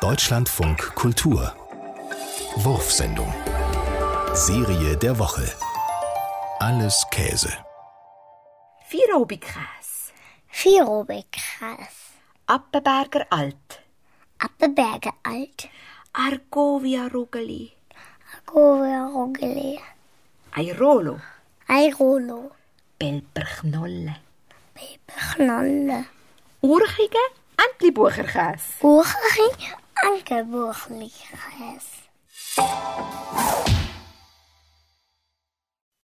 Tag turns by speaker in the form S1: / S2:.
S1: Deutschlandfunk Kultur. Wurfsendung. Serie der Woche. Alles Käse.
S2: Vierobigkäse.
S3: Vierobigkäse.
S2: Appenberger Alt.
S3: Appenberger Alt.
S2: Argovia Rugeli.
S3: Agovia Rogeli.
S2: Airolo.
S3: Airolo.
S2: Belperknolle.
S3: Peperknolle.
S2: Urchige Entlibucherkäse.
S3: Urchering. Ankerburgli Käse.